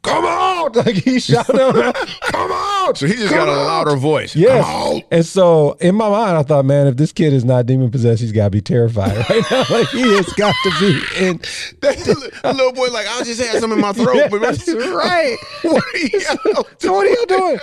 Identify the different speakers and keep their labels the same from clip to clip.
Speaker 1: come out! Like he shouted, out, come out!
Speaker 2: So he just
Speaker 1: Come
Speaker 2: got a
Speaker 1: out!
Speaker 2: louder voice.
Speaker 1: Yes.
Speaker 2: Come out.
Speaker 1: And so in my mind, I thought, man, if this kid is not demon possessed, he's got to be terrified right now. Like he has got to be. And
Speaker 2: That little- little boy, like, I just had some in my throat.
Speaker 1: Yeah,
Speaker 2: but
Speaker 1: that's right.
Speaker 2: what are you
Speaker 1: so what are you doing?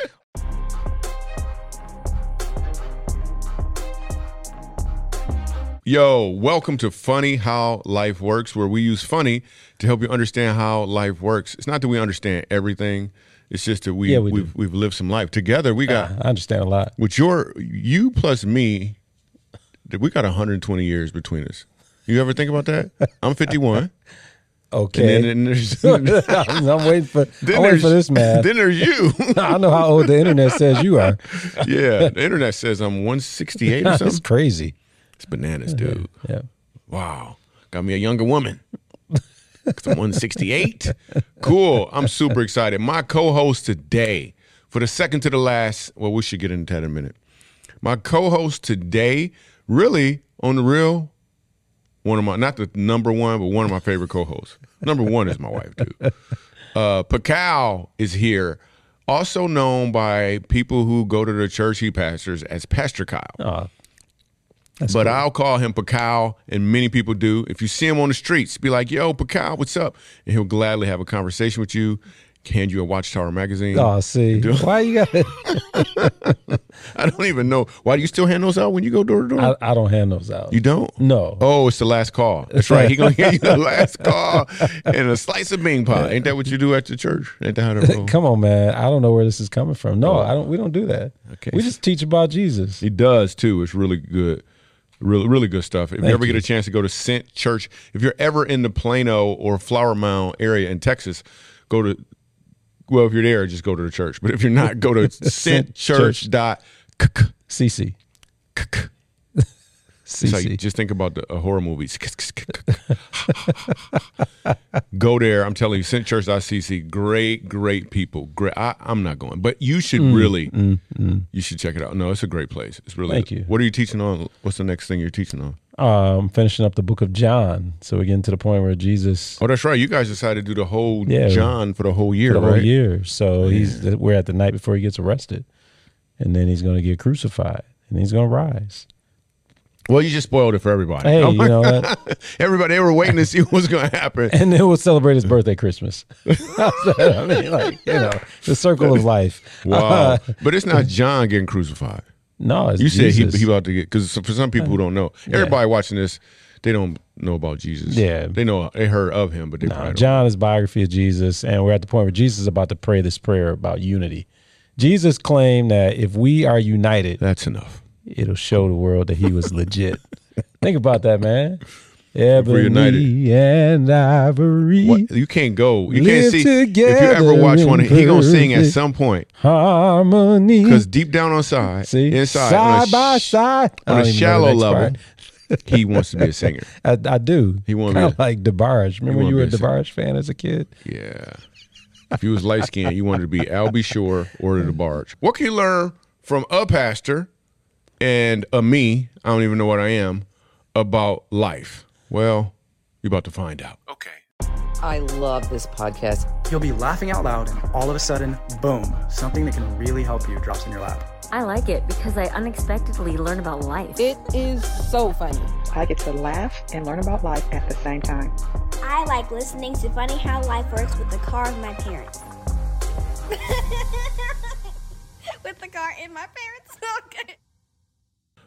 Speaker 2: Yo, welcome to Funny How Life Works, where we use funny to help you understand how life works. It's not that we understand everything; it's just that we,
Speaker 1: Yeah, we do. Uh-huh.
Speaker 2: we have we've lived some life together. We got
Speaker 1: I understand a lot.
Speaker 2: with your you plus me, that we got 120 years between us. You ever think about that? I'm 51, and
Speaker 1: Okay.
Speaker 2: then, and there's, then
Speaker 1: I'm waiting for, I'm waiting
Speaker 2: there's
Speaker 1: for this man.
Speaker 2: Then there's you.
Speaker 1: I know how old the internet says you are.
Speaker 2: yeah, the internet says I'm 168 or
Speaker 1: That's
Speaker 2: something.
Speaker 1: crazy.
Speaker 2: It's bananas, dude.
Speaker 1: Yeah.
Speaker 2: Wow. Got me a younger woman. 'Cause I'm 168. Cool. I'm super excited. My co host today, for the second to the last, well, we should get into that in a minute. My co host today, really, on the real, one of my, not the number one, but one of my favorite co hosts. Number one is my wife, dude. Uh, Pacal is here, also known by people who go to the church he pastors as Pastor Kyle but I'll call him Pacal, and many people do. If you see him on the streets, be like, "Yo, Pacal, what's up?" And he'll gladly have a conversation with you, hand you a Watchtower magazine.
Speaker 1: Oh, see. Why you got
Speaker 2: I don't even know why do you still hand those out when you go door to door.
Speaker 1: I, I don't hand those out.
Speaker 2: You don't?
Speaker 1: No.
Speaker 2: Oh, it's the last call. That's right. He gonna hand you the last call and a slice of bean pie. Ain't that what you do at the church? Ain't that how that roll?
Speaker 1: Come on, man. I don't know where this is coming from. No, I don't. We don't do that.
Speaker 2: Okay.
Speaker 1: We just teach about Jesus.
Speaker 2: He does too. It's really good. Really, really good stuff. If you ever get a chance to go to Scent Church, if you're ever in the Plano or Flower Mound area in Texas, go to, well, if you're there, just go to the church. But if you're not, go to scentchurch.com.
Speaker 1: CC.
Speaker 2: It's like,
Speaker 1: CC.
Speaker 2: just think about the uh, horror movies. Go there. I'm telling you, Sent Church ICC, great, great people. Great. I, I'm not going, but you should
Speaker 1: Mm,
Speaker 2: really, you should check it out. No, it's a great place. It's really.
Speaker 1: Thank you.
Speaker 2: What are you teaching on? What's the next thing you're teaching on?
Speaker 1: Um, finishing up the book of John. So we're getting to the point where Jesus
Speaker 2: Oh, that's right. You guys decided to do the whole
Speaker 1: Yeah.
Speaker 2: John for the whole year,
Speaker 1: the whole
Speaker 2: right?
Speaker 1: year. So he's we're at the night before he gets arrested, and then he's going to get crucified, and he's going to rise.
Speaker 2: Well, you just spoiled it for everybody.
Speaker 1: Hey, you know what?
Speaker 2: Everybody, they were waiting to see what's going to happen.
Speaker 1: And then we'll celebrate his birthday, Christmas. I mean, like you know, the circle of life.
Speaker 2: Wow. but it's not John getting crucified.
Speaker 1: No, it's
Speaker 2: You said he,
Speaker 1: Jesus. Uh,
Speaker 2: he about to get because for some people who don't know, everybody watching this, they don't know about Jesus.
Speaker 1: Yeah.
Speaker 2: they know they heard of him, but they probably
Speaker 1: Uh,
Speaker 2: don't.
Speaker 1: John is biography of Jesus, and we're at the point where Jesus is about to pray this prayer about unity. Jesus claimed that if we are united,
Speaker 2: That's enough.
Speaker 1: it'll show the world that he was legit. Think about that, man.
Speaker 2: we're
Speaker 1: Ebony
Speaker 2: united.
Speaker 1: and ivory,
Speaker 2: What, you can't go. You
Speaker 1: Live
Speaker 2: can't see if you ever
Speaker 1: together
Speaker 2: watch one.
Speaker 1: in
Speaker 2: He gonna sing at
Speaker 1: perfect
Speaker 2: some point
Speaker 1: harmony.
Speaker 2: because deep down on side,
Speaker 1: See,
Speaker 2: inside, on a
Speaker 1: side
Speaker 2: sh-
Speaker 1: by side, I
Speaker 2: on a
Speaker 1: don't even know the
Speaker 2: shallow
Speaker 1: next
Speaker 2: level, he wants to be a singer.
Speaker 1: part. I, I do.
Speaker 2: He wanna be
Speaker 1: kind
Speaker 2: a-
Speaker 1: of like DeBarge. Remember
Speaker 2: wanna
Speaker 1: you were a
Speaker 2: be a singer.
Speaker 1: DeBarge fan as a kid.
Speaker 2: Yeah. If you was light skinned, you wanted to be Albie Shore or the Barge. What can you learn from a pastor and a me? I don't even know what I am about life. Well, you're about to find out. Okay.
Speaker 3: I love this podcast.
Speaker 4: You'll be laughing out loud, and all of a sudden, boom, something that can really help you drops in your lap.
Speaker 5: I like it because I unexpectedly learn about life.
Speaker 3: It is so funny.
Speaker 6: I get to laugh and learn about life at the same time.
Speaker 7: I like listening to Funny How Life Works with the car of my parents. with the car in my parents. Okay.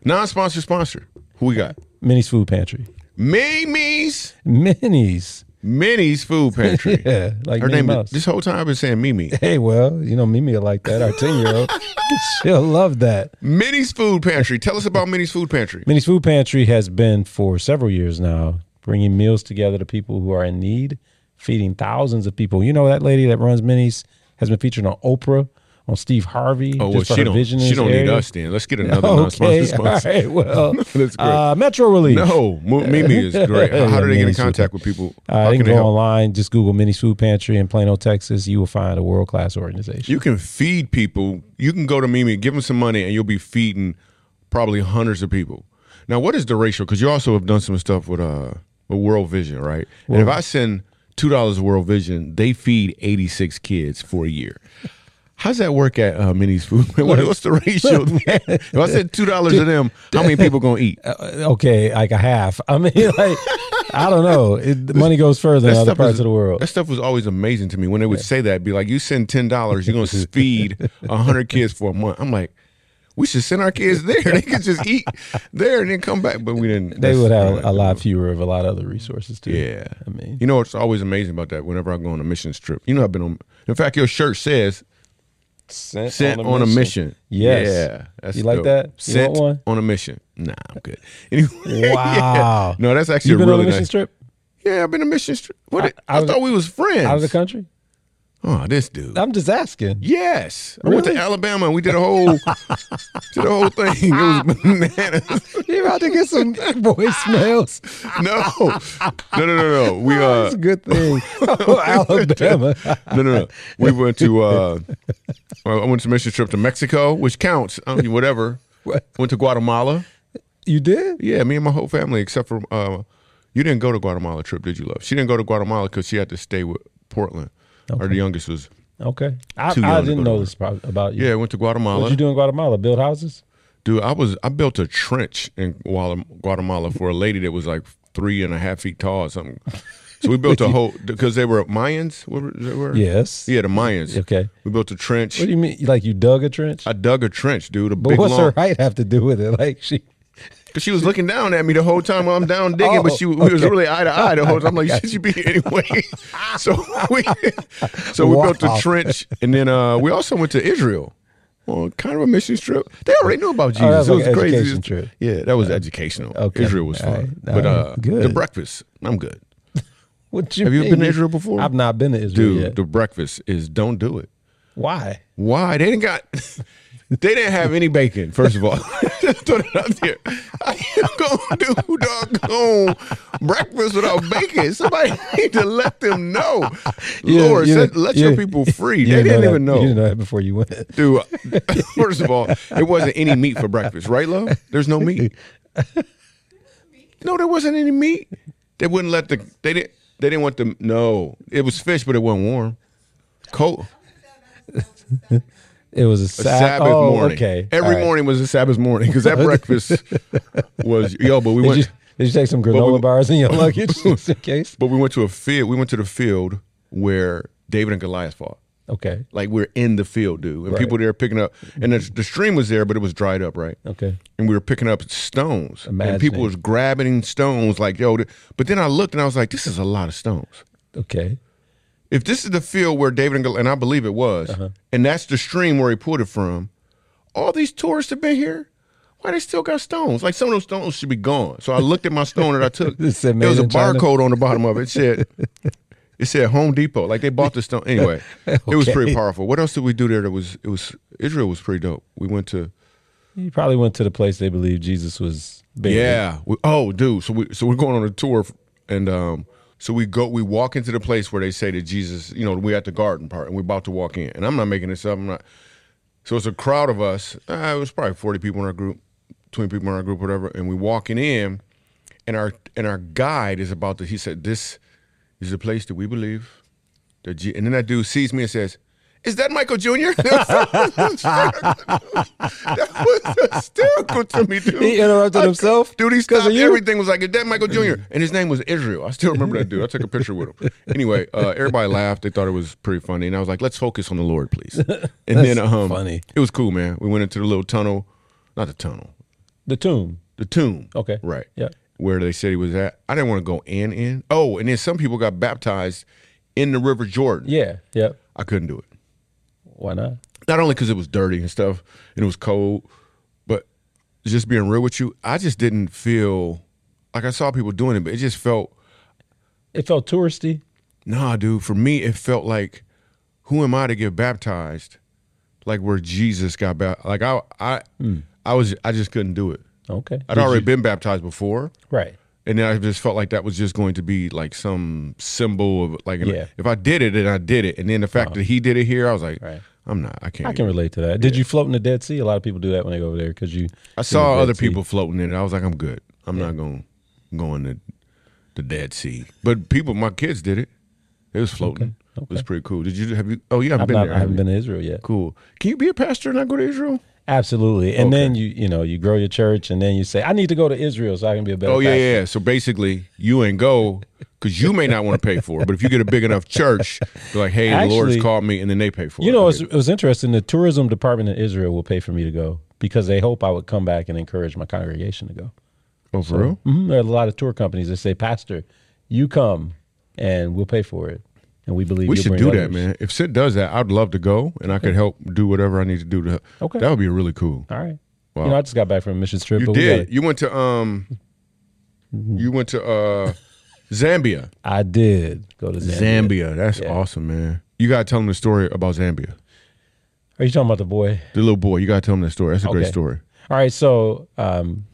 Speaker 2: Non sponsor sponsor. Who we got?
Speaker 1: Minnie's Food Pantry.
Speaker 2: Mimi's
Speaker 1: Minnie's.
Speaker 2: Minnie's Food Pantry.
Speaker 1: Yeah, like
Speaker 2: Her
Speaker 1: Minnie
Speaker 2: name
Speaker 1: Mouse.
Speaker 2: is, this whole time I've been saying Mimi.
Speaker 1: Hey, well, you know, Mimi will like that. Our 10 year old, she'll love that.
Speaker 2: Minnie's Food Pantry. Tell us about Minnie's Food Pantry.
Speaker 1: Minnie's Food Pantry has been for several years now bringing meals together to people who are in need, feeding thousands of people. You know, that lady that runs Minnie's has been featured on Oprah, on Steve Harvey.
Speaker 2: Oh,
Speaker 1: just
Speaker 2: well,
Speaker 1: for
Speaker 2: she
Speaker 1: her
Speaker 2: don't,
Speaker 1: vision in
Speaker 2: she
Speaker 1: this
Speaker 2: don't need
Speaker 1: area.
Speaker 2: us then. Let's get another non
Speaker 1: Okay,
Speaker 2: sponsor
Speaker 1: all
Speaker 2: sponsor.
Speaker 1: right, well,
Speaker 2: That's great.
Speaker 1: uh, Metro Relief.
Speaker 2: No, Mo- Mimi is great. How
Speaker 1: Yeah,
Speaker 2: do they get in
Speaker 1: Minnie's Food
Speaker 2: contact with people?
Speaker 1: Uh,
Speaker 2: How
Speaker 1: they
Speaker 2: can
Speaker 1: can
Speaker 2: they
Speaker 1: go
Speaker 2: help?
Speaker 1: online, just Google Minnie's Food Pantry in Plano, Texas. You will find a world class organization.
Speaker 2: You can feed people. You can go to Mimi, give them some money, and you'll be feeding probably hundreds of people. Now, what is the ratio? Because you also have done some stuff with uh with World Vision, right? and if I send two dollars World Vision. They feed eighty six kids for a year. How's that work at uh, Minnie's Food? What- What's the ratio? if I said two dollars to them, how many people gonna eat?
Speaker 1: Uh, Okay, like a half. I mean, like I don't know. It, the money goes further in other
Speaker 2: stuff
Speaker 1: parts
Speaker 2: is-
Speaker 1: of the world.
Speaker 2: That stuff was always amazing to me when they would say that. Be like, you send ten dollars, you're gonna feed hundred kids for a month. I'm like, we should send our kids there. They could just eat there and then come back. But we didn't.
Speaker 1: They would
Speaker 2: that's-
Speaker 1: have a lot fewer of a lot of other resources too.
Speaker 2: Yeah,
Speaker 1: I mean,
Speaker 2: you know what's always amazing about that? Whenever I go on a mission trip, you know I've been on. In fact, your shirt says
Speaker 1: sent,
Speaker 2: "Sent on a mission."
Speaker 1: Yes.
Speaker 2: Yeah, that's
Speaker 1: You like
Speaker 2: dope.
Speaker 1: that? You
Speaker 2: Sent
Speaker 1: want one?
Speaker 2: on a mission. Nah, I'm good. Anyway, yeah.
Speaker 1: Wow.
Speaker 2: No, that's actually
Speaker 1: You been
Speaker 2: really
Speaker 1: on a mission
Speaker 2: nice.
Speaker 1: trip
Speaker 2: Yeah, I've been on a mission trip. What? it-
Speaker 1: I-
Speaker 2: I,
Speaker 1: I was-
Speaker 2: thought we was friends.
Speaker 1: out of the country?
Speaker 2: Oh, this dude.
Speaker 1: I'm just asking.
Speaker 2: Yes, I went to
Speaker 1: Really?
Speaker 2: Alabama and we did a whole, did a whole thing. It was bananas.
Speaker 1: You're about to get some voicemails.
Speaker 2: No, no, no, no, no. We uh,
Speaker 1: That's a good thing. Oh, Alabama.
Speaker 2: no, no, no. We went to uh, I went to mission trip to Mexico, which counts. I mean, whatever.
Speaker 1: What?
Speaker 2: Went to Guatemala.
Speaker 1: You did?
Speaker 2: Yeah, me and my whole family, except for uh, you didn't go to Guatemala trip, did you, love? She didn't go to Guatemala because she had to stay with Portland. Our youngest was
Speaker 1: Okay. I,
Speaker 2: Too
Speaker 1: I
Speaker 2: young to
Speaker 1: didn't
Speaker 2: go to
Speaker 1: know
Speaker 2: work.
Speaker 1: this about, about you.
Speaker 2: yeah. Went to Guatemala.
Speaker 1: What you do in Guatemala? Build houses?
Speaker 2: Dude, I was I built a trench in Guala- Guatemala for a lady that was like three and a half feet tall or something. So we built a whole because they were Mayans. What were, they were?
Speaker 1: Yes.
Speaker 2: Yeah, the Mayans.
Speaker 1: Okay.
Speaker 2: We built a trench.
Speaker 1: What do you mean? Like you dug a trench?
Speaker 2: I dug a trench, dude. A
Speaker 1: but
Speaker 2: big
Speaker 1: what's her
Speaker 2: long.
Speaker 1: height have to do with it? Like she.
Speaker 2: Because she was looking down at me the whole time while I'm down digging, but she we was
Speaker 1: Oh, okay.
Speaker 2: really eye to eye the whole time. I'm like, should you be here anyway? so we so we built
Speaker 1: Wow.
Speaker 2: a trench, and then uh, we also went to Israel. on kind of a mission trip. They already knew about Jesus.
Speaker 1: Oh, that was
Speaker 2: it
Speaker 1: like
Speaker 2: was
Speaker 1: an
Speaker 2: crazy.
Speaker 1: education
Speaker 2: Just-
Speaker 1: trip. Uh,
Speaker 2: Yeah, that was educational.
Speaker 1: Okay.
Speaker 2: Israel was
Speaker 1: All
Speaker 2: fun,
Speaker 1: right. All
Speaker 2: but uh,
Speaker 1: right. Good.
Speaker 2: the breakfast, I'm good.
Speaker 1: What you
Speaker 2: Have you
Speaker 1: mean?
Speaker 2: been to Israel before?
Speaker 1: I've not been to Israel
Speaker 2: Dude,
Speaker 1: yet.
Speaker 2: the breakfast is don't do it.
Speaker 1: Why?
Speaker 2: Why they didn't got? They didn't have any bacon. First of all, Just throw that out there. I ain't gonna do doggone breakfast without bacon. Somebody need to let them know.
Speaker 1: You-
Speaker 2: Lord,
Speaker 1: you-
Speaker 2: set- let your
Speaker 1: you-
Speaker 2: people free.
Speaker 1: you
Speaker 2: They didn't
Speaker 1: that-
Speaker 2: even know.
Speaker 1: You didn't know that before you went.
Speaker 2: Dude, first of all, it wasn't any meat for breakfast, right, love? There's no meat. No, there wasn't any meat. They wouldn't let the they didn't they didn't want the no. It was fish, but it wasn't warm. Cold.
Speaker 1: It was a,
Speaker 2: A
Speaker 1: Sab-
Speaker 2: Sabbath
Speaker 1: oh,
Speaker 2: morning.
Speaker 1: Okay.
Speaker 2: Every
Speaker 1: All right.
Speaker 2: morning was a Sabbath morning because that breakfast was yo. But we
Speaker 1: Did
Speaker 2: went,
Speaker 1: you, did you take some
Speaker 2: we-
Speaker 1: granola bars in your luggage just in case?
Speaker 2: but we went to a field. We went to the field where David and Goliath fought.
Speaker 1: Okay.
Speaker 2: Like we're in the field, dude, and
Speaker 1: Right. Mm.
Speaker 2: people there picking up. And the, the stream was there, but it was dried up, right?
Speaker 1: Okay.
Speaker 2: And we were picking up stones, and people
Speaker 1: Imagining.
Speaker 2: was grabbing stones like yo. th- But then I looked and I was like, this is a lot of stones.
Speaker 1: Okay.
Speaker 2: if this is the field where David and, Gol- and I believe it was,
Speaker 1: Uh-huh.
Speaker 2: and that's the stream where he pulled it from, all these tourists have been here. Why they still got stones? Like some of those stones should be gone. So I looked at my stone that I took.
Speaker 1: It said
Speaker 2: there was
Speaker 1: made
Speaker 2: a
Speaker 1: in China.
Speaker 2: barcode on the bottom of it. It said it said Home Depot. Like they bought the stone. Anyway, it was pretty powerful. What else did we do there? That was it was Israel was pretty dope. We went to
Speaker 1: You probably went to the place they believe Jesus was buried.
Speaker 2: yeah. We, oh, dude. So we so we're going on a tour, and um, so we go. We walk into the place where they say that Jesus. You know, we at the garden part, and we're about to walk in. And I'm not making this up. I'm not. So it's a crowd of us. Uh, it was probably 40 people in our group, 20 people in our group, whatever. And we walking in, and our and our guide is about to. He said, "This is the place that we believe." That G-. And then that dude sees me and says. Is that Michael Jr.? that was hysterical to me, dude.
Speaker 1: He interrupted
Speaker 2: I-
Speaker 1: himself
Speaker 2: Dude, he
Speaker 1: 'cause of
Speaker 2: stopped
Speaker 1: you?
Speaker 2: everything. Was like, is that Michael Jr.?
Speaker 1: Mm-hmm.
Speaker 2: And his name was Israel. I still remember that dude. I took a picture with him. Anyway, uh, everybody laughed. They thought it was pretty funny. And I was like, let's focus on the Lord, please. And then um,
Speaker 1: funny.
Speaker 2: it was cool, man. We went into the little tunnel, not the tunnel,
Speaker 1: The tomb.
Speaker 2: the tomb.
Speaker 1: Okay.
Speaker 2: Right.
Speaker 1: Yeah.
Speaker 2: Where they said he was at. I didn't want to go in, in. Oh, and then some people got baptized in the River Jordan.
Speaker 1: Yeah. Yeah.
Speaker 2: I couldn't do it.
Speaker 1: Why not?
Speaker 2: Not only because it was dirty and stuff and it was cold, but just being real with you, I just didn't feel like I saw people doing it, but it just felt
Speaker 1: It felt touristy.
Speaker 2: Nah, dude, for me, it felt like, who am I to get baptized? Like where Jesus got baptized. Like I, I,
Speaker 1: Hmm.
Speaker 2: I was, I just couldn't do it.
Speaker 1: Okay.
Speaker 2: I'd already been baptized before,
Speaker 1: Right.
Speaker 2: and then I just felt like that was just going to be like some symbol of like,
Speaker 1: Yeah. Uh-huh.
Speaker 2: if I did it, then I did it. And then the fact that he did it here, I was like,
Speaker 1: Right.
Speaker 2: I'm not. I can't.
Speaker 1: I can
Speaker 2: even-
Speaker 1: relate to that. Did you float in the Dead Sea? A lot of people do that when they go over there because you.
Speaker 2: I saw other people floating in it. I was like, I'm good. I'm not going, going to the Dead Sea. But people, my kids did it. It was floating. It was pretty cool. Did you have you? Oh, you haven't
Speaker 1: I've
Speaker 2: been
Speaker 1: not,
Speaker 2: there.
Speaker 1: I
Speaker 2: have
Speaker 1: haven't
Speaker 2: you?
Speaker 1: been to Israel yet.
Speaker 2: Cool. Can you be a pastor and not go to Israel?
Speaker 1: Absolutely. And
Speaker 2: Okay.
Speaker 1: then you you know you grow your church, and then you say, I need to go to Israel so I can be a better.
Speaker 2: Oh yeah,
Speaker 1: pastor."
Speaker 2: yeah. So basically, you ain't go because you may not want to pay for it. But if you get a big enough church, you're like, hey, the Lord has
Speaker 1: Actually,
Speaker 2: called me, and then they pay for it.
Speaker 1: You know, it
Speaker 2: Okay.
Speaker 1: was, it was interesting. The tourism department in Israel will pay for me to go because they hope I would come back and encourage my congregation to go.
Speaker 2: oh, for real?
Speaker 1: hmm There are a lot of tour companies that say, Pastor, you come and we'll pay for it. And we believe
Speaker 2: We
Speaker 1: you'll
Speaker 2: should
Speaker 1: bring
Speaker 2: do
Speaker 1: others.
Speaker 2: that, man. If Sid does that, I'd love to go, and I could help do whatever I need to do to.
Speaker 1: Okay.
Speaker 2: That would be really cool.
Speaker 1: All right.
Speaker 2: Wow.
Speaker 1: You know, I just got back from a missions trip.
Speaker 2: You
Speaker 1: but we
Speaker 2: did.
Speaker 1: gotta- Mm-hmm.
Speaker 2: You went to um. You went to uh, Zambia.
Speaker 1: I did go to Zambia.
Speaker 2: Zambia. That's awesome, man. You gotta tell them the story about Zambia.
Speaker 1: Are you talking about the boy?
Speaker 2: The little boy. You gotta tell them that story. That's a great
Speaker 1: Okay.
Speaker 2: story.
Speaker 1: All right. So um,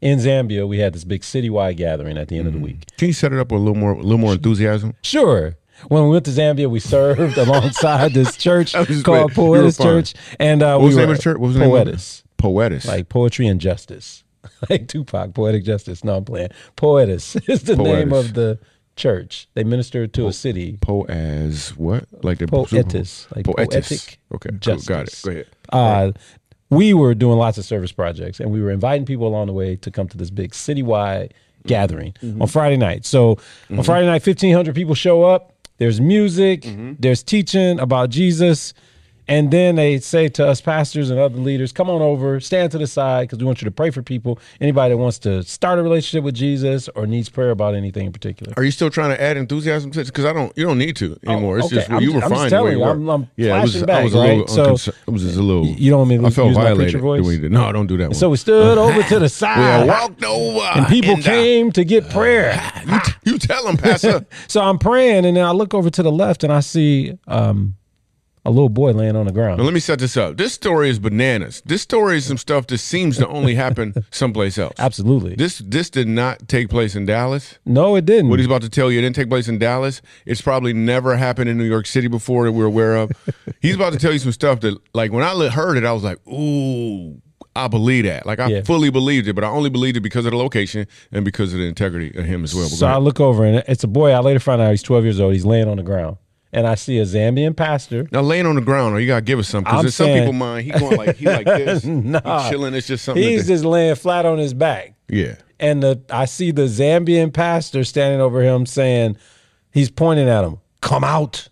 Speaker 1: in Zambia, we had this big citywide gathering at the end
Speaker 2: Mm-hmm.
Speaker 1: of the week.
Speaker 2: Can you set it up with a little more, a little more enthusiasm?
Speaker 1: Sure. When we went to Zambia, we served alongside this church
Speaker 2: I was just
Speaker 1: called
Speaker 2: playing. You were
Speaker 1: Poetis
Speaker 2: fine.
Speaker 1: Church, and uh,
Speaker 2: What
Speaker 1: we
Speaker 2: was the
Speaker 1: were
Speaker 2: name of the church? What was the name? of it?
Speaker 1: Poetis,
Speaker 2: Poetis.
Speaker 1: like poetry and justice, like Tupac, poetic justice. No, I'm playing. Poetis is the name
Speaker 2: Poetis.
Speaker 1: of the church. They ministered to a city.
Speaker 2: Poas what? Like the
Speaker 1: Poetis, like poetic.
Speaker 2: Okay, cool.
Speaker 1: justice.
Speaker 2: got it. Go ahead.
Speaker 1: Uh, we were doing lots of service projects and we were inviting people along the way to come to this big citywide
Speaker 2: Mm-hmm.
Speaker 1: gathering on Friday night. So on Friday night, 1,500 people show up. There's music,
Speaker 2: Mm-hmm.
Speaker 1: there's teaching about Jesus. And then they say to us pastors and other leaders, come on over, stand to the side because we want you to pray for people. Anybody that wants to start a relationship with Jesus or needs prayer about anything in particular.
Speaker 2: Are you still trying to add enthusiasm to this? Because I don't. You don't need to anymore. it's
Speaker 1: Oh, okay.
Speaker 2: just well,
Speaker 1: I'm
Speaker 2: you
Speaker 1: ju-
Speaker 2: were
Speaker 1: I'm just
Speaker 2: fine.
Speaker 1: telling
Speaker 2: the way
Speaker 1: you,
Speaker 2: were.
Speaker 1: I'm- I'm
Speaker 2: yeah, it was.
Speaker 1: flashing
Speaker 2: I was a
Speaker 1: back,
Speaker 2: little.
Speaker 1: right? So-
Speaker 2: unconcern- it was just a little.
Speaker 1: You don't want me to
Speaker 2: I felt
Speaker 1: use my preacher
Speaker 2: violated.
Speaker 1: voice?
Speaker 2: when you did- No, I don't do that one.
Speaker 1: So we stood over to the
Speaker 2: we
Speaker 1: side
Speaker 2: had walked over,
Speaker 1: and people
Speaker 2: uh,
Speaker 1: came to get prayer.
Speaker 2: you, t- you tell them, Pastor.
Speaker 1: So I'm praying, and then I look over to the left, and I see um, a little boy laying on the
Speaker 2: Now,
Speaker 1: ground.
Speaker 2: let me set this up. This story is bananas. This story is some stuff that seems to only happen someplace else.
Speaker 1: Absolutely.
Speaker 2: This this did not take place in Dallas.
Speaker 1: no, it didn't.
Speaker 2: What he's about to tell you it didn't take place in Dallas. It's probably never happened in New York City before that we're aware of. he's about to tell you some stuff that, like, when I li- heard it, I was like, ooh, I believe that. Like, I
Speaker 1: Yeah.
Speaker 2: fully believed it, but I only believed it because of the location and because of the integrity of him as well. But
Speaker 1: so
Speaker 2: go
Speaker 1: I
Speaker 2: ahead.
Speaker 1: look over, and it's a boy. I later find out he's 12 years old. He's laying on the ground, and I see a Zambian pastor.
Speaker 2: now laying on the ground, or you gotta give us something because
Speaker 1: I'm
Speaker 2: in some
Speaker 1: saying-
Speaker 2: people mind he going like he like this,
Speaker 1: Nah.
Speaker 2: he chilling. It's just something.
Speaker 1: He's
Speaker 2: that
Speaker 1: just laying flat on his back,
Speaker 2: they- yeah.
Speaker 1: and the I see the Zambian pastor standing over him, saying, he's pointing at him, "Come out,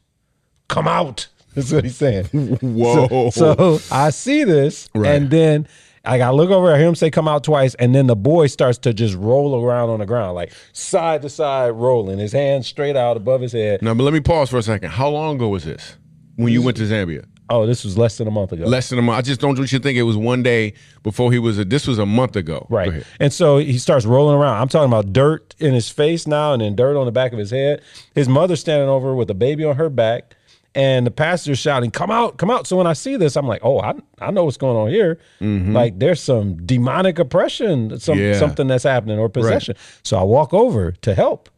Speaker 1: come out." That's what he's saying.
Speaker 2: Whoa.
Speaker 1: So I see this,
Speaker 2: Right.
Speaker 1: and then like I look over at him, say "come out" twice, and then the boy starts to just roll around on the ground, like side to side, rolling his hands straight out above his head.
Speaker 2: now, but let me pause for a second. How long ago was this? When you went to Zambia?
Speaker 1: Oh, this was less than a month ago,
Speaker 2: Less than a month. I just don't want you to think it was one day before he was. A, this was a month ago. Go
Speaker 1: right?
Speaker 2: ahead.
Speaker 1: And so he starts rolling around. I'm talking about dirt in his face now, and then dirt on the back of his head. His mother standing over with a baby on her back. And the pastor shouting, "Come out, come out!" So when I see this, I'm like, "Oh, I, I know what's going on here. Like, there's some demonic oppression, some
Speaker 2: Mm-hmm. Yeah.
Speaker 1: something that's happening, or possession." So I walk over to help,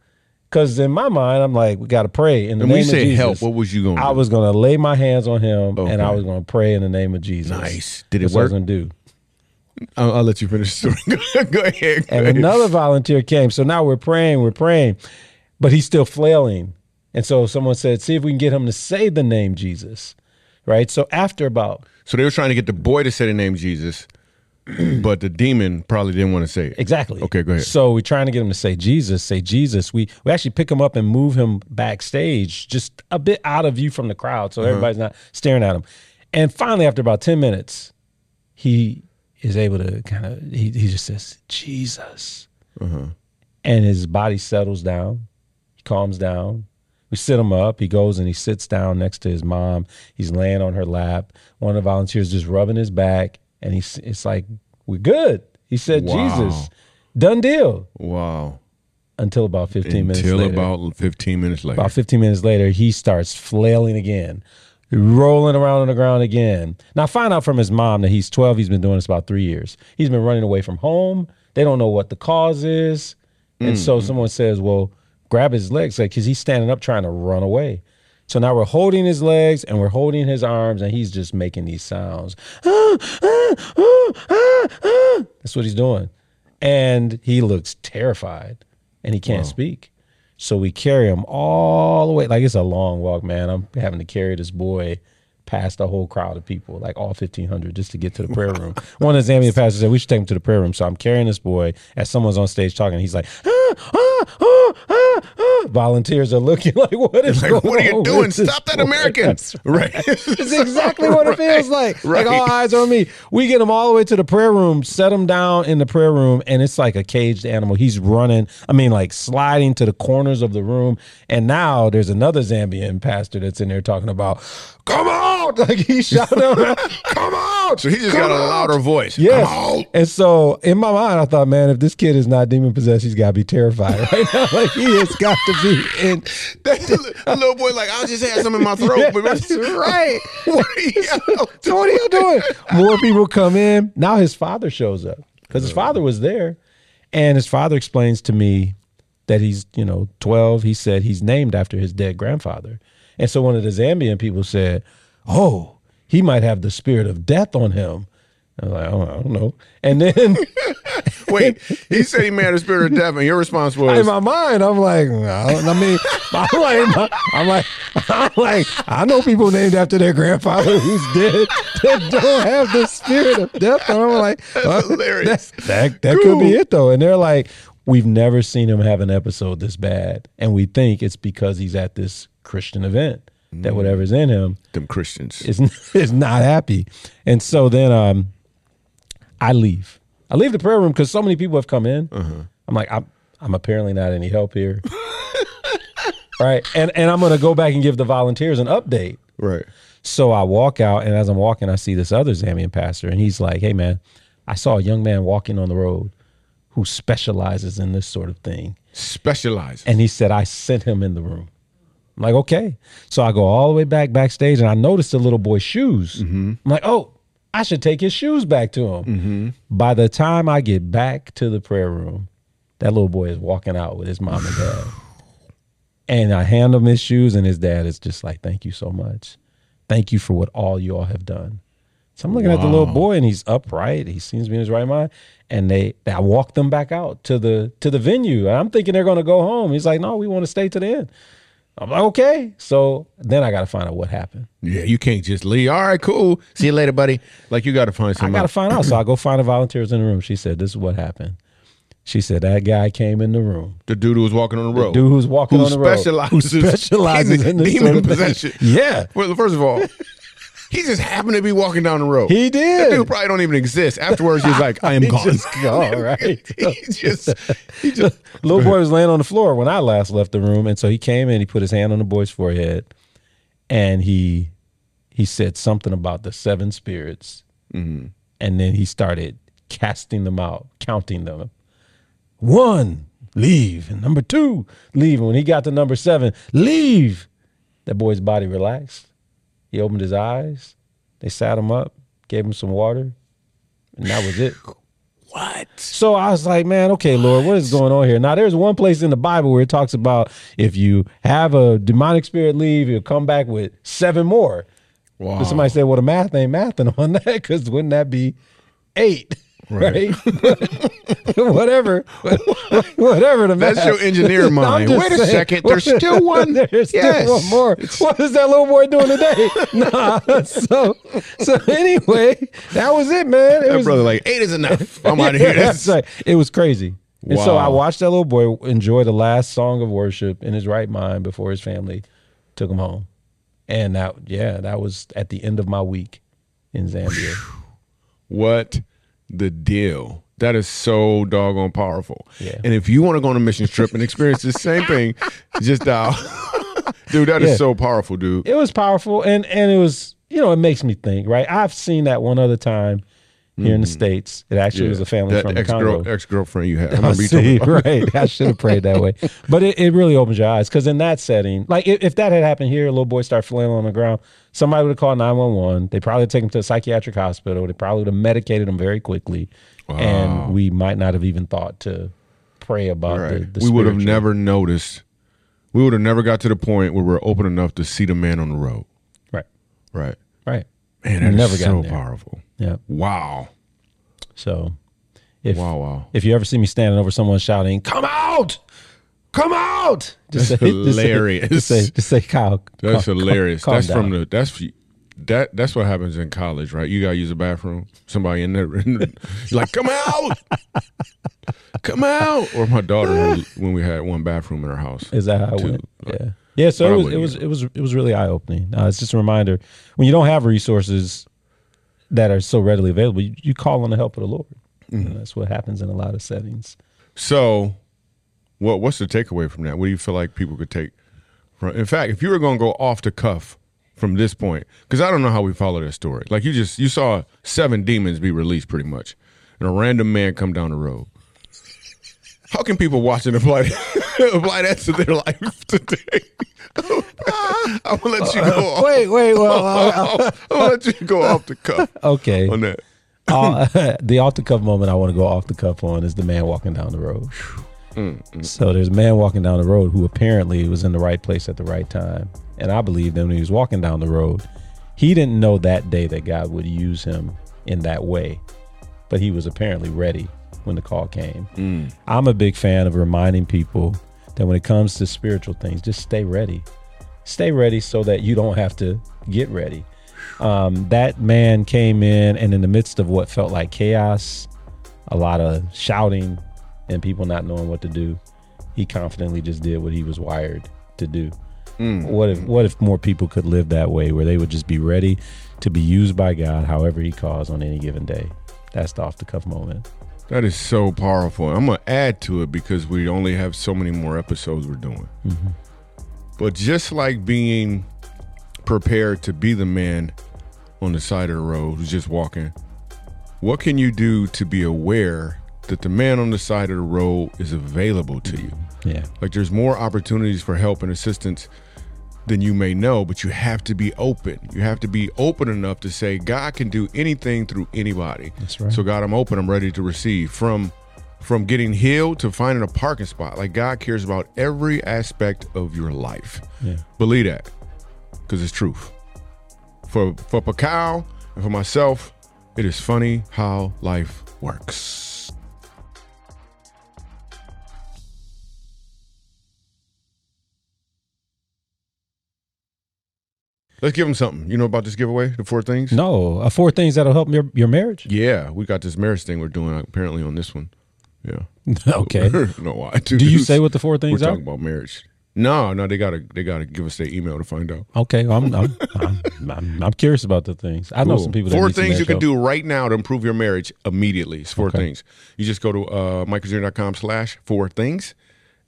Speaker 1: because in my mind, I'm like, "We got to pray in the
Speaker 2: And
Speaker 1: name
Speaker 2: when you
Speaker 1: of
Speaker 2: say
Speaker 1: Jesus."
Speaker 2: help, what was you going?
Speaker 1: I was going to lay my hands on him, and I
Speaker 2: Okay.
Speaker 1: was going to pray in the name of Jesus.
Speaker 2: Nice. Did it
Speaker 1: That's what I was
Speaker 2: work?
Speaker 1: gonna do.
Speaker 2: I'll, I'll let you finish the story. go ahead. go
Speaker 1: And
Speaker 2: ahead.
Speaker 1: another volunteer came. So now we're praying, we're praying, but he's still flailing. And so someone said, see if we can get him to say the name Jesus. Right. So after about
Speaker 2: So they were trying to get the boy to say the name Jesus, but the demon probably didn't want to say it.
Speaker 1: exactly.
Speaker 2: Okay, go ahead.
Speaker 1: So we're trying to get him to say Jesus, say Jesus. We we actually pick him up and move him backstage, just a bit out of view from the crowd.
Speaker 2: Uh-huh.
Speaker 1: So everybody's not staring at him. And finally, after about 10 minutes, he is able to kind of he, he just says jesus and his body settles down he calms down we sit him up he goes and he sits down next to his mom he's laying on her lap one of the volunteers just rubbing his back and he's it's like we're good he said
Speaker 2: Wow.
Speaker 1: jesus done deal
Speaker 2: Wow.
Speaker 1: until about 15 minutes
Speaker 2: Until
Speaker 1: later
Speaker 2: about 15 minutes later.
Speaker 1: about 15 minutes later, he starts flailing again, rolling around on the ground again. Now, I find out from his mom that he's 12. He's been doing this about three years. He's been running away from home. They don't know what the cause is. And so someone says, well, grab his legs, like, because he's standing up trying to run away. So now we're holding his legs and we're holding his arms, and he's just making these sounds. Ah, That's what he's doing. And he looks terrified and he can't speak. So we carry him all the way. Like it's a long walk, man. I'm having to carry this boy past a whole crowd of people, like all 1,500, just to get to the prayer room. One of the Zambia pastors said, We should take him to the prayer room. So I'm carrying this boy as someone's on stage talking. He's like, "Ah, ah, ah, ah, ah." Volunteers are looking like, What is
Speaker 2: Like,
Speaker 1: going on
Speaker 2: what are you
Speaker 1: with
Speaker 2: doing?
Speaker 1: this
Speaker 2: Stop that
Speaker 1: Oh, boy?"
Speaker 2: American.
Speaker 1: That's
Speaker 2: Right.
Speaker 1: It's exactly what it feels like. Like
Speaker 2: Right.
Speaker 1: all eyes on me. We get him all the way to the prayer room, set him down in the prayer room, and it's like a caged animal. He's running, I mean, like sliding to the corners of the room. And now there's another Zambian pastor that's in there talking about, come out. Like he shouted out, come out.
Speaker 2: So he just
Speaker 1: Come
Speaker 2: got a
Speaker 1: out!"
Speaker 2: louder voice.
Speaker 1: Yes.
Speaker 2: Come on.
Speaker 1: And so in my mind, I thought, man, if this kid is not demon possessed, he's got to be terrified right now. Like he has got to be in.
Speaker 2: a little boy like I just had some in my throat.
Speaker 1: Yeah,
Speaker 2: but
Speaker 1: that's right.
Speaker 2: what are you out
Speaker 1: So what are you doing? More people come in. Now his father shows up because his father was there, and his father explains to me that he's you know twelve. He said he's named after his dead grandfather, and so one of the Zambian people said, "Oh, he might have the spirit of death on him." I was like, "Oh, I don't know." And then
Speaker 2: Wait, he said he made a spirit of death, and your response was,
Speaker 1: in my mind, I'm like, I, don't, I mean, I'm like, I'm like, I'm like, I know people named after their grandfather who's dead that don't have the spirit of death. And I'm like, well,
Speaker 2: hilarious.
Speaker 1: that's- that that could be it though. And they're like, we've never seen him have an episode this bad, and we think it's because he's at this Christian event
Speaker 2: Mm.
Speaker 1: that whatever's in him
Speaker 2: "Them Christians."
Speaker 1: is is not happy. And so then um, I leave. I leave the prayer room because so many people have come in. I'm like, I'm I'm apparently not any help here, right? And and I'm gonna go back and give the volunteers an update.
Speaker 2: right.
Speaker 1: So I walk out, and as I'm walking, I see this other Zambian pastor, and he's like, "Hey man, I saw a young man walking on the road." Who specializes in this sort of thing.
Speaker 2: Specialize.
Speaker 1: And he said, I sent him in the room. I'm like, okay. So I go all the way back backstage and I noticed the little boy's shoes. I'm like, oh, I should take his shoes back to him. By the time I get back to the prayer room, that little boy is walking out with his mom and dad. and I hand him his shoes, and his dad is just like, thank you so much. Thank you for what all you all have done. So I'm looking at the little boy and he's upright. He seems to be in his right mind. And they, they I walk them back out to the to the venue. And I'm thinking they're gonna go home. He's like, no, we want to stay to the end. I'm like, okay. So then I gotta find out what happened.
Speaker 2: yeah, you can't just leave. All right, cool. See you later, buddy. Like you got to find
Speaker 1: I
Speaker 2: something.
Speaker 1: gotta
Speaker 2: out.
Speaker 1: find out. So I go find the volunteers in the room. She said, This is what happened. She said, That guy came in the room.
Speaker 2: the dude who was walking on the road.
Speaker 1: Dude who's walking
Speaker 2: who
Speaker 1: on the road.
Speaker 2: specializes,
Speaker 1: who specializes in this
Speaker 2: demon
Speaker 1: sort of thing.
Speaker 2: possession.
Speaker 1: Yeah.
Speaker 2: Well, first of all, he just happened to be walking down the road.
Speaker 1: He did.
Speaker 2: That dude probably don't even exist. Afterwards, he's like, I am
Speaker 1: He
Speaker 2: gone.
Speaker 1: just gone, right?
Speaker 2: he just, he just,
Speaker 1: Little boy was laying on the floor when I last left the room, and so he came in. He put his hand on the boy's forehead, and he he said something about the seven spirits, and then he started casting them out, counting them. One, leave, and number two, leave. And when he got to number seven, leave. That boy's body relaxed. He opened his eyes. They sat him up, gave him some water, and that was it.
Speaker 2: what?
Speaker 1: So I was like, man, okay, Lord, what is going on here? Now, there's one place in the Bible where it talks about if you have a demonic spirit leave, you'll come back with seven more.
Speaker 2: Wow.
Speaker 1: But somebody said, well, the math ain't mathing on that because wouldn't that be eight? Right.
Speaker 2: Right.
Speaker 1: whatever. whatever the math.
Speaker 2: That's your engineer
Speaker 1: I'm
Speaker 2: mind.
Speaker 1: just
Speaker 2: Wait a
Speaker 1: saying,
Speaker 2: second.
Speaker 1: what-
Speaker 2: There's still one.
Speaker 1: There's
Speaker 2: Yes.
Speaker 1: still one more. What is that little boy doing today? nah. So, so anyway, that was it, man. It
Speaker 2: That
Speaker 1: was
Speaker 2: brother, like, eight is enough. I'm out of here.
Speaker 1: that's right. It was crazy. And so
Speaker 2: Wow.
Speaker 1: I watched that little boy enjoy the last song of worship in his right mind before his family took him home. And that, yeah, that was at the end of my week in Zambia.
Speaker 2: What the deal? That is so doggone powerful.
Speaker 1: Yeah.
Speaker 2: And if you want to go on a mission trip and experience the same thing, just dial. dude, That is
Speaker 1: Yeah.
Speaker 2: so powerful, dude.
Speaker 1: it was powerful, and and it was, you know, it makes me think, right? I've seen that one other time here in the states. It actually was a family
Speaker 2: Mm-hmm. that
Speaker 1: from the
Speaker 2: ex
Speaker 1: Congo.
Speaker 2: girl, ex girlfriend you had. I
Speaker 1: I
Speaker 2: remember you told me
Speaker 1: see,
Speaker 2: about-
Speaker 1: right. I should have prayed that way. But it, it really opens your eyes because in that setting, like if, if that had happened here, a little boy started flailing on the ground, somebody would have called 911. They probably take him to a psychiatric hospital. They probably would have medicated him very quickly. And we might not have even thought to pray about
Speaker 2: Right.
Speaker 1: the, the
Speaker 2: we would have
Speaker 1: spiritual.
Speaker 2: never noticed. We would have never got to the point where we're open enough to see the man on the road.
Speaker 1: Right.
Speaker 2: Right.
Speaker 1: Right.
Speaker 2: Man,
Speaker 1: We
Speaker 2: that is
Speaker 1: never
Speaker 2: so
Speaker 1: gotten there.
Speaker 2: powerful.
Speaker 1: Yeah.
Speaker 2: Wow.
Speaker 1: So if
Speaker 2: Wow, wow.
Speaker 1: if you ever see me standing over someone shouting, come out, come out. Just
Speaker 2: That's hilarious.
Speaker 1: Just say, just say Kyle.
Speaker 2: That's
Speaker 1: cal- cal-
Speaker 2: hilarious.
Speaker 1: calm
Speaker 2: that's
Speaker 1: down.
Speaker 2: from the that's that that's what happens in college, right? You gotta use a bathroom. Somebody in there, in there like, come out, come out. Or my daughter when- when we had one bathroom in her house.
Speaker 1: Is that how it
Speaker 2: Two.
Speaker 1: went? Yeah. Yeah. So
Speaker 2: But I
Speaker 1: it was, it
Speaker 2: wouldn't
Speaker 1: was,
Speaker 2: either.
Speaker 1: it was, it was really eye opening. Uh, it's just a reminder when you don't have resources that are so readily available, you, you call on the help of the Lord.
Speaker 2: Mm-hmm.
Speaker 1: And that's what happens in a lot of settings.
Speaker 2: So, what what's the takeaway from that? What do you feel like people could take? From, in fact, if you were going to go off the cuff from this point, because I don't know how we follow this story. Like you just you saw seven demons be released pretty much, and a random man come down the road. How can people watch and apply that, apply that to their life today? I'm gonna let you go. Off,
Speaker 1: wait, well, uh,
Speaker 2: I'm gonna let you go off the cuff
Speaker 1: okay.
Speaker 2: on that.
Speaker 1: Uh, the off the cuff moment I want to go off the cuff on is the man walking down the road. So there's a man walking down the road who apparently was in the right place at the right time. And I believe that when he was walking down the road, he didn't know that day that God would use him in that way. But he was apparently ready when the call came. I'm a big fan of reminding people that when it comes to spiritual things, just stay ready. Stay ready so that you don't have to get ready um, that man came in and in the midst of what felt like chaos a lot of shouting and people not knowing what to do he confidently just did what he was wired to do
Speaker 2: Hmm.
Speaker 1: what if what if more people could live that way where they would just be ready to be used by god however he calls on any given day that's the off-the-cuff moment
Speaker 2: That is so powerful. I'm gonna add to it because we only have so many more episodes we're doing. But just like being prepared to be the man on the side of the road who's just walking, what can you do to be aware that the man on the side of the road is available to you?
Speaker 1: yeah
Speaker 2: Like there's more opportunities for help and assistance than you may know, but you have to be open. You have to be open enough to say, God can do anything through anybody.
Speaker 1: That's right.
Speaker 2: So God, I'm open. I'm ready to receive from from getting healed to finding a parking spot. Like God cares about every aspect of your life.
Speaker 1: Yeah.
Speaker 2: Believe that, because it's truth. For for Pacal and for myself, it is funny how life works. Let's give them something. You know about this giveaway, the four things?
Speaker 1: no uh, four things that'll help your, your marriage
Speaker 2: Yeah, we got this marriage thing we're doing apparently on this one. Yeah.
Speaker 1: okay
Speaker 2: no, why? Do
Speaker 1: you say what the four things
Speaker 2: we're
Speaker 1: are?
Speaker 2: talking about marriage. No, no, they gotta they gotta give us their email to find out.
Speaker 1: okay well, I'm, I'm, I'm, I'm I'm curious about the things i know
Speaker 2: Cool.
Speaker 1: some people that
Speaker 2: Four
Speaker 1: need some
Speaker 2: things you
Speaker 1: marriage
Speaker 2: can
Speaker 1: help.
Speaker 2: do right now to improve your marriage immediately. It's four
Speaker 1: Okay.
Speaker 2: things. You just go to uh, michaelzero.com slash four things,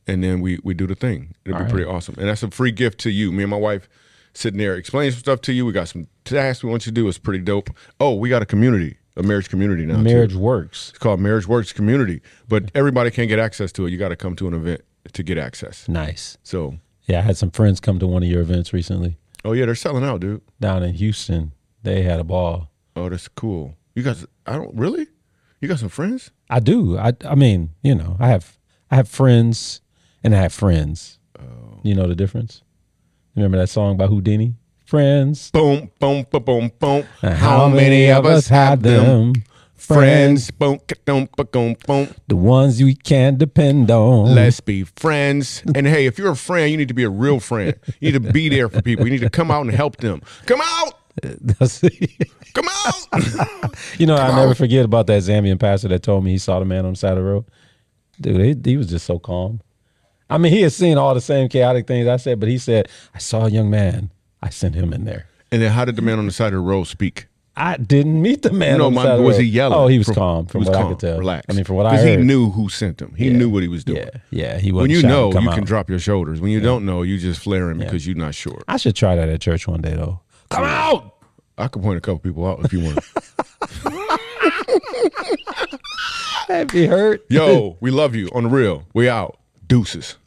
Speaker 2: and then we we do the thing. It'll be
Speaker 1: right.
Speaker 2: pretty awesome, and that's a free gift to you. Me and my wife sitting there explaining some stuff to you. We got some tasks we want you to do. It's pretty dope. Oh, we got a community, a marriage community now. too.
Speaker 1: marriage works
Speaker 2: It's called Marriage Works Community, but everybody can't get access to it. You got to come to an event to get access.
Speaker 1: nice
Speaker 2: So,
Speaker 1: Yeah, I had some friends come to one of your events recently
Speaker 2: oh yeah, they're selling out, dude.
Speaker 1: down in Houston. They had a ball.
Speaker 2: Oh, that's cool. You guys, I don't really. You got some friends?
Speaker 1: I do. I I mean, you know, I have I have friends and I have friends. You know the difference? Remember that song by Houdini? Friends.
Speaker 2: Boom, boom, boom, boom, boom.
Speaker 1: Uh-huh.
Speaker 2: Friends.
Speaker 1: Friends, Mm-hmm.
Speaker 2: Boom, boom, boom, boom.
Speaker 1: the ones we can depend on.
Speaker 2: Let's be friends. And hey, if you're a friend, you need to be a real friend. You need to be there for people. You need to come out and help them. Come out.
Speaker 1: That's-
Speaker 2: Come out.
Speaker 1: you know, I'll never forget about that Zambian pastor that told me he saw the man on the side of the road. Dude, he, he was just so calm. I mean, he had seen all the same chaotic things I said, but he said, I saw a young man. I sent him in there.
Speaker 2: and then how did the man on the side of the road speak?
Speaker 1: I didn't meet the man.
Speaker 2: No,
Speaker 1: on the
Speaker 2: my-
Speaker 1: side of the
Speaker 2: was he
Speaker 1: road.
Speaker 2: yelling?
Speaker 1: Oh, he was
Speaker 2: From-
Speaker 1: calm. From
Speaker 2: he was
Speaker 1: what I
Speaker 2: calm,
Speaker 1: could tell,
Speaker 2: relax.
Speaker 1: I mean, from what I
Speaker 2: Because
Speaker 1: heard,
Speaker 2: he knew who sent him. He
Speaker 1: Yeah.
Speaker 2: knew what he was doing.
Speaker 1: Yeah, yeah, he was.
Speaker 2: When you know, you can drop your shoulders. When you don't know, you just flaring because you're not sure.
Speaker 1: I should try that at church one day, though. Ah, Come out!
Speaker 2: I could point a couple people out if you want.
Speaker 1: That'd be hurt.
Speaker 2: Yo, we love you on the real. We out. Deuces.